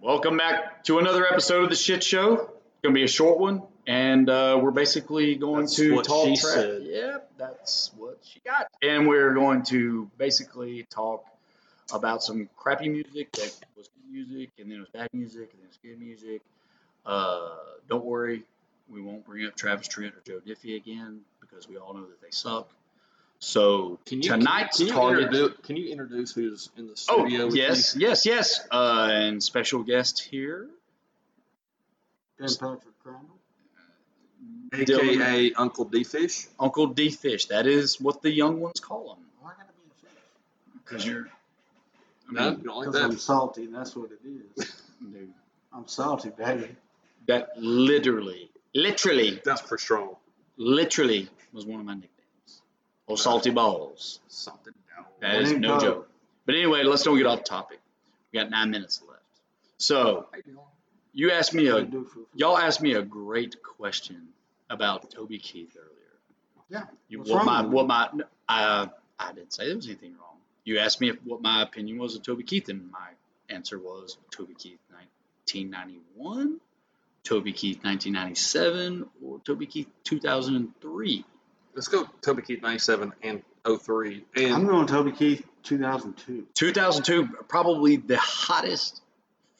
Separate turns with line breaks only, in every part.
Welcome back to another episode of the Shit Show. It's gonna be a short one, and uh, we're basically going
That's
to
what
talk
she
trash.
said.
Yep, that's what she got. And we're going to basically talk about some crappy music that was good music, and then it was bad music, and then it was good music. Uh, don't worry, we won't bring up Travis Tritt or Joe Diffie again because we all know that they suck. So
Can you,
tonight's
can you
target.
Introduce, can you introduce who's in the
Oh,
studio? with
yes, yes, yes. Uh, and special guest here.
you? Ben Patrick Cromwell,
Dylan-
aka Uncle D Fish.
Uncle D Fish. That is what the young ones call him.
Why gotta be a fish?
Because you're. I
No,
mean,
you don't like
Because I'm
that.
salty, that's what it is.
dude,
I'm salty, baby.
that literally, literally,
That's for strong.
literally was one of my nicknames. Oh, Salty Balls.
Something down.
That is
Ain't
no
no.
joke. But anyway, let's don't get off topic. We got nine minutes left. So, you asked me
What
a.
do you do for-
Y'all asked me a great question about Toby Keith earlier.
Yeah,
You,
what's
what
wrong
my
with
what my I uh, I didn't say there was anything wrong. You asked me if, what my opinion was of Toby Keith, and my answer was Toby Keith 1991, Toby Keith 1997, or Toby Keith 2003.
Let's go Toby Keith 97 and 03. And
I'm going Toby Keith 2002.
2002, probably the hottest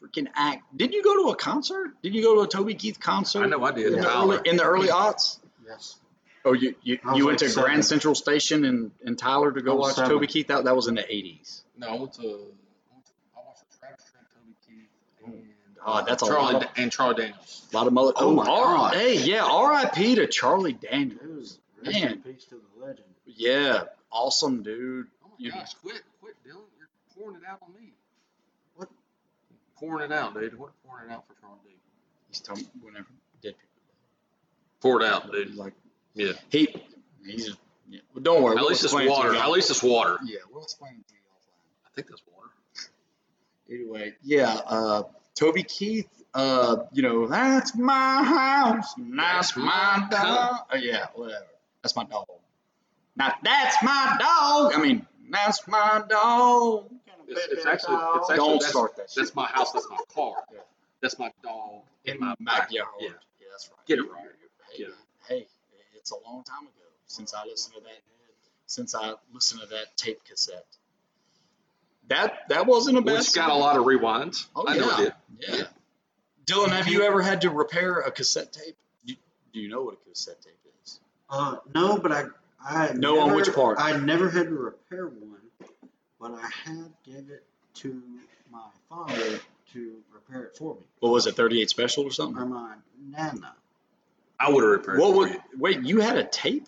freaking act. Did you go to a concert? Did you go to a Toby Keith concert?
I know I did.
in
Yeah.
the
Tyler.
early, in the early aughts.
Yes.
Oh, you you,
I was
you
like
went to
seven.
Grand Central Station in, in Tyler to
I
go
was
watch
seven.
Toby Keith. That, that was in the 80s.
No, I went to. I went to- I watched the Travis Tritt, Toby Keith, and
Oh, that's a
Charlie
lot
Da- and Charlie Daniels.
A lot of mullet.
Oh
Oh,
my
R-
God.
hey, yeah, R.I.P. to Charlie Daniels.
Dude, rest
Man.
in peace to the legend.
Yeah, awesome dude.
Oh my
You-
gosh! Quit, quit, Dylan! You're pouring it out on me.
What?
Pouring it out, dude. What pouring it out for Charlie? D?
He's talking whenever dead
Pour it out,
people
dude.
like
Yeah.
he he's yeah. well, don't worry.
At
we'll
least it's
explain it to
water.
you
At least it's water.
guys. yeah, we'll explain it to you offline.
I think that's water.
Anyway, yeah, uh, Toby Keith. Uh, you know that's my house. and That's my dog. Oh, yeah, whatever. That's my dog. Not that's my dog. I mean that's my dog.
It's, it's actually, it's actually
Don't
that's,
start that. shit.
that's my house. That's my car.
Yeah.
That's my dog.
in my backyard.
Yeah.
that's right.
Get it right.
Hey,
Get it.
hey, it's a long time ago since I listened to that. Since I listened to that tape cassette. That that wasn't a bad.
Which got a
song.
lot of rewinds.
Oh,
I know
yeah.
it did.
Yeah. Dylan, have you ever had to repair a cassette tape? Do, do you know what a cassette tape is?
Uh, no, but I, I
No,
never,
on which part?
I never had to repair one, but I had gave it to my father to repair it for me.
What was it, 38 Special or something?
Or my nana.
I would have repaired.
What
it
was,
for you.
wait, you had a tape?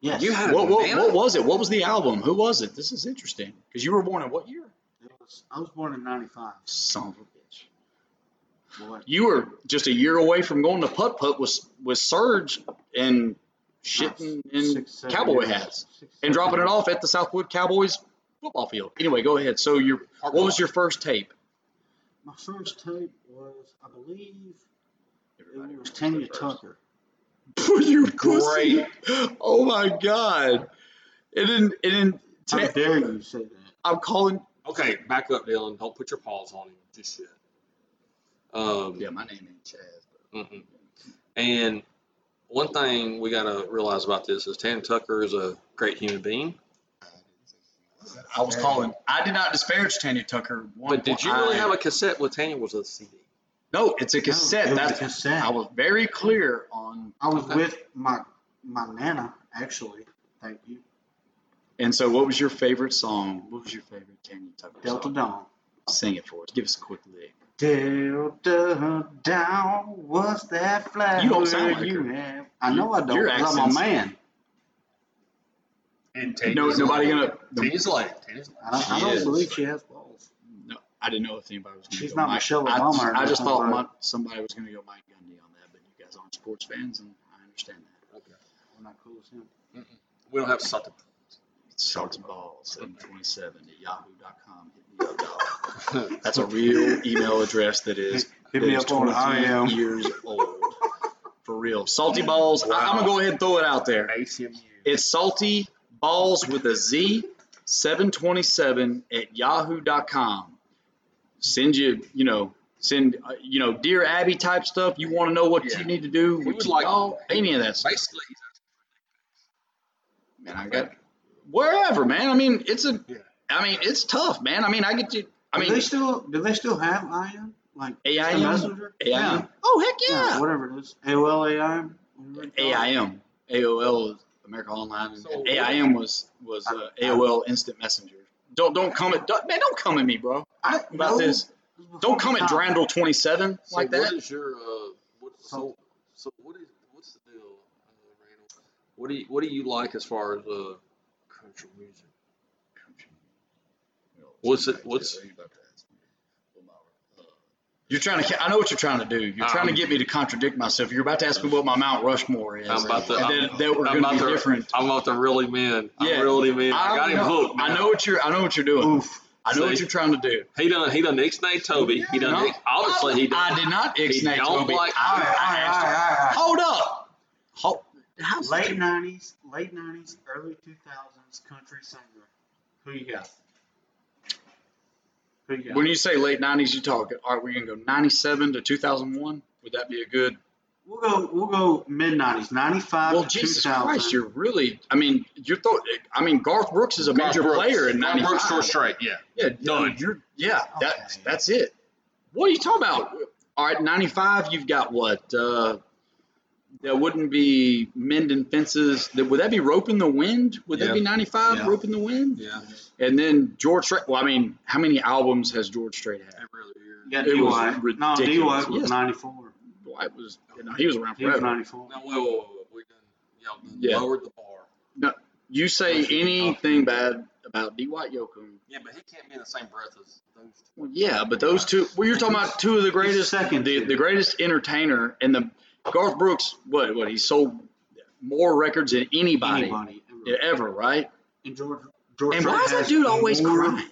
Yes.
You had-
What, what,
Nana?
what was it? What was the album? Who was it? This is interesting. Because you were born in what year?
It was, I was born in '95.
Son of a bitch.
Boy,
you were just a year away from going to putt putt with with Surge and shitting in
Six, seven
cowboy
years.
hats
Six,
and
seven
dropping it
years.
off at the Southwood Cowboys football field. Anyway, go ahead. So your what
Park lot.
was your first tape?
My first tape was, I believe,
Everybody
it was
was
Tanya
first.
Tucker.
you
Great.
pussy. Oh my god! And then and
How
then Ta-
dare you say that?
I'm calling.
Okay, back up, Dylan. Don't put your paws on him just yet. Um,
Yeah, my name ain't Chaz.
mhm. And one thing we got to realize about this is Tan Tucker is a great human being.
But I was calling. I did not disparage Tanya Tucker. One
But did you really have a cassette with Tanya? Was a CD?
No, it's a cassette.
No, it was
That's
a cassette.
I was very clear on
I was
Okay.
with my my nana actually. Thank you.
And so, what was your favorite song? What was your favorite Tanya Tucker
Delta
song?
Dawn.
Sing it for us. Give us a quick lick.
Delta Dawn, what's that flag?
You don't sound like
you
her.
have? I know I don't.
Your
'cause I'm
accent's-
a man.
And
No, nobody gonna. no,
Tanya's late. Tanya's late.
I don't, I
She
don't
is.
believe she has balls.
no, I didn't know if anybody was. Gonna
She's
go
not
Mike.
Michelle
I,
Obama or
I just
nothing
thought
like-
Mon- somebody was gonna go Mike Gundy on that, but you guys aren't sports fans, and I understand that.
We're not cool as him.
We don't have something.
Sharks Ball seven twenty seven at yahoo.com. Hit me up, dog. That's a real email address that is
Hit
that
me
is
up on
23
IM.
years old. For real, salty balls. I- I'm gonna go ahead and throw it out there.
ACMU.
It's salty balls with a Z 727 at yahoo.com. Send you, you know, send uh, you know Dear Abby type stuff. You want to know what
Yeah.
you need to do,
We
what
would
you
like-
call, any of that stuff.
Basically,
Man, I got wherever, man. I mean, it's a. I
Yeah.
mean, it's tough, man. I mean, I get you. I
do they
mean,
still do they still have IM like the
AIM,
messenger?
AIM. Oh heck yeah.
whatever it is, AOL AIM. whatever it's called.
AIM. AOL is America Online. and
So-
AIM was was uh, AOL Instant Messenger. Don't don't come at don't, man. Don't come at me, bro.
I,
About
no,
this.
this was
Don't
before
come
my
at
time.
Drandle twenty seven
so
like
What
that.
is your uh, what, so so what is what's the deal, uh, Randall? What do you what do you like as far as uh, country music? What's it- what's-
uh, You're trying to. ca- I know what you're trying to do. You're trying to
Um,
get me to contradict myself. You're about to ask me what my Mount Rushmore is.
I'm about to-
and
I'm-
then, that we're
I'm
going to
about
be
to-
different.
I'm about to really man.
Yeah.
I'm really man. I, got him
know,
hooked.
I
man.
know what you're. I know what you're doing.
Oof.
I know what
See?
you're trying to do.
He done he done ixnay Toby. he done
No.
ix- obviously he done.
I did not
He
ex-nate
don't
Toby.
like-
I,
All right,
I asked
all right, all right, all right.
Hold up. Hold. How's
Late nineties, late nineties, early two thousands country singer. Who you got? Who you got?
When you say late nineties, you talking? All right, we gonna go ninety-seven to two thousand one. Would that be a good?
We'll go. We'll go mid nineties, ninety five
Well,
to
Jesus
two
Christ,
thousand.
you're really. I mean, you're. Thought, I mean, Garth Brooks is a major player in
Garth Brooks short
ninety-five.
straight. Yeah.
Yeah,
Done.
You're, yeah, that's
Okay.
that's it. What are you talking about? All right, ninety-five. You've got what? Uh, that wouldn't be mending fences. That, would that be roping the wind? Would
Yeah.
that be ninety-five?
Yeah.
Roping the wind.
Yeah.
And then George Strait. Well, I mean, how many albums has George Strait had?
Every other year.
You got
It was
D-White. No,
ridiculous.
D-White was
Yes.
ninety four.
Dwight was, you know, he was around
He was
forever.
ninety four.
Now, whoa, whoa, whoa, we done, y'all done
Yeah.
lowered the bar.
you say anything bad about D. White Yoakum?
Yeah, but he can't be in the same breath as those two.
Well, yeah, but those two. Well, you're talking about two of the greatest,
second
the,
tier.
the greatest entertainer, and the Garth Brooks. What? What? He sold more records than anybody,
Anybody.
yeah, ever, right?
And George. George
and why is
has
that dude always
more
crying?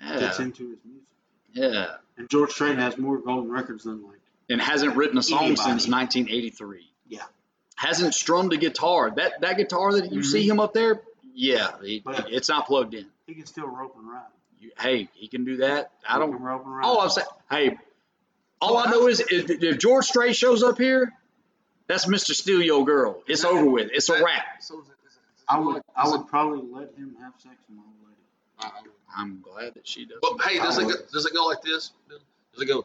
Yeah,
Gets into his music.
yeah,
And George Strait has more golden records than like.
and hasn't written a song
Anybody.
since 1983.
Yeah.
hasn't strummed a guitar. That that guitar that you
Mhm.
see him up there, yeah, he-
But-
it's not plugged in.
He can still rope and ride.
You, hey, he can do that. I
He
don't
can rope and ride.
All I'm saying, hey, all I know is if, if George Strait shows up here, that's Mr. Steal Your Girl. It's over with. It's a wrap.
So is it, is it, is it
I would.
is
I
it-
would probably let him have sex with my old lady.
I- I would.
I'm glad that she does.
But Oh, hey, does it go, does it go like this? Does it go?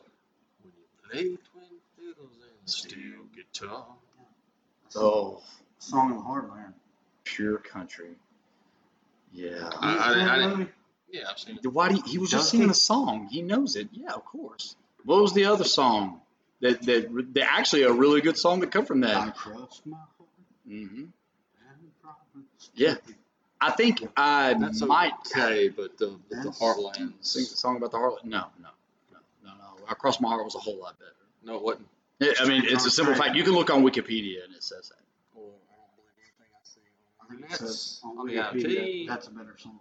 When you play twin fiddles and steel guitar.
Oh,
Song of the Heartland.
pure country. Yeah.
I- I didn't- I didn't- Yeah, I've seen it.
Why do you, he was just
Does
singing
he?
the song. He knows it. Yeah, of course. What was the other song? That that, that actually a really good song that come from
I
that.
trust my heart
hmm
and promise.
Yeah. I think I
That's
might
okay, but the but the
That's-
sing
heartlands.
the song about the harlot. No, no, no, no, no. Across my heart was a whole lot better.
No, it wasn't.
Yeah, I mean, it's a simple fact. You can look on Wikipedia and it says that.
Well, I don't believe anything I see.
I think it says
That's
on
on the
Wikipedia,
IT.
that's a better song.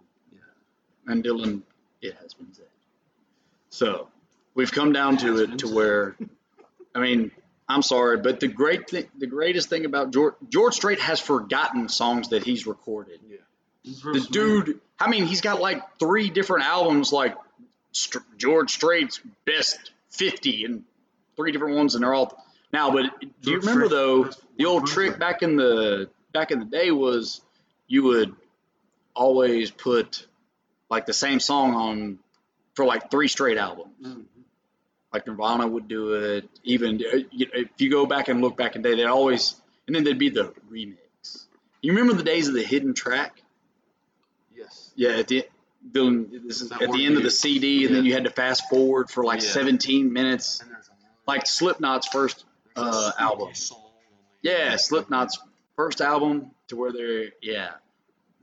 And Dylan, it has been said. So we've come down to it to where, I mean, I'm sorry, but the great thing, the greatest thing about George George Strait has forgotten songs that he's recorded.
He's real
The
smooth.
dude, I mean, he's got like three different albums, like St- George Strait's best fifty, and three different ones, and they're all now. But do you
George
remember
Strait,
though?
that's
the
one
old
hundred.
trick back in the back in the day was you would always put like the same song on for like three straight albums.
Mhm.
Like Nirvana would do it. Even uh, you know, if you go back and look back in the day, they'd always and then there'd be the remix. You remember the days of the hidden track?
Yes.
Yeah, at the Dylan, this is
That
at
worked
the end of
too.
the CD, and then
Yeah.
you had to fast forward for like
Yeah.
17 minutes,
And there's another-
like Slipknot's first
there's a
uh,
spooky
album.
song on the-
Yeah, Slipknot's first album to where they're yeah.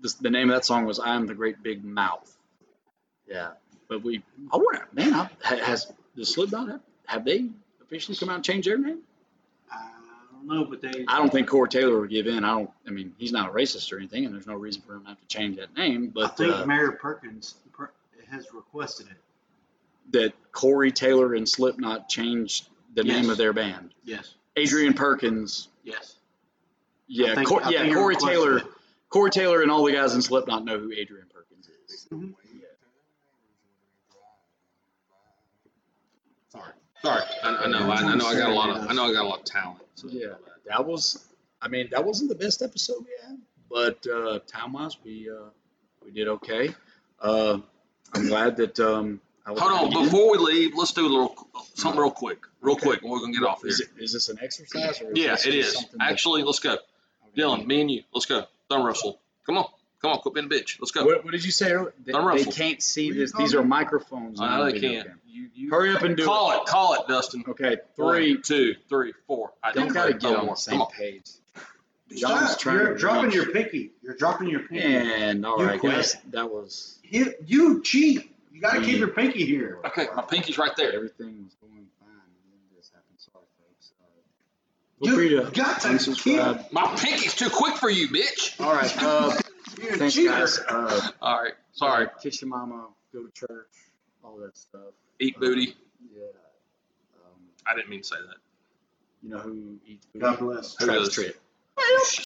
This, the name of that song was "I Am the Great Big Mouth." Yeah, but we I wonder, man, I, ha- has the Slipknot have, have they officially come out and changed their name?
I don't know, but they.
I don't think Corey Taylor would give in. I don't. I mean, he's not a racist or anything, and there's no reason for him not to change that name.
I
But
think
uh,
Mayor Perkins per- has requested it.
that Corey Taylor and Slipknot changed the name
Yes.
of their band.
Yes.
Adrian Perkins,
Yes.
yeah,
I think-
Cor-
I
yeah,
think he
Corey
requested
Taylor,
it.
Corey Taylor, and all the guys in Slipknot know who Adrian Perkins is.
Mhm.
Yeah.
Sorry.
Sorry, I, I know, I, I know, I got a lot of, I know, I got a lot of talent. So.
Yeah, uh, that was. I mean, that wasn't the best episode we had, but uh, time wise, we uh, we did okay. Uh, I'm glad that. Um, I was
Hold on, before we leave, let's do a little something real quick, real
Okay.
quick. and We're gonna get off here.
Is, it, is this an exercise? Or is
Yeah,
this
it
just
is.
something that-
Actually, let's go. Dylan, me and you, let's go. Thumb wrestle. Come on, come on, quit being a bitch. Let's go.
What, what did you say? earlier? They,
Thumb
they
wrestle.
can't see
What do you
this.
call
These
that?
are microphones.
I
not
know they
video
can't.
camera.
You, you
Hurry up and do
call
it.
it. Call it, Dustin.
Okay, three.
Three, two, three, four. I
Don't
did
gotta
great.
get
No
on
more.
the same
Come on.
page. John's
Stop.
trying
You're
to
dropping
reach.
your pinky. You're dropping your pinky.
And all
You
right,
quit.
guys, that was
You, you cheat. You got to keep
Mm.
your pinky here.
Okay, my pinky's right there.
everything was going fine. And then this happened. Sorry, folks. Uh,
You
feel free to
got to
unsubscribe.
My pinky's too quick for you, bitch.
All right. Uh,
You're a
thanks,
cheater.
guys. Uh,
All right, sorry.
Kiss your mama. Go to church. All that stuff.
Eat booty.
Yeah. Um,
I didn't mean to say that.
you know who eats?
God bless.
Travis
Who does?
Tritt.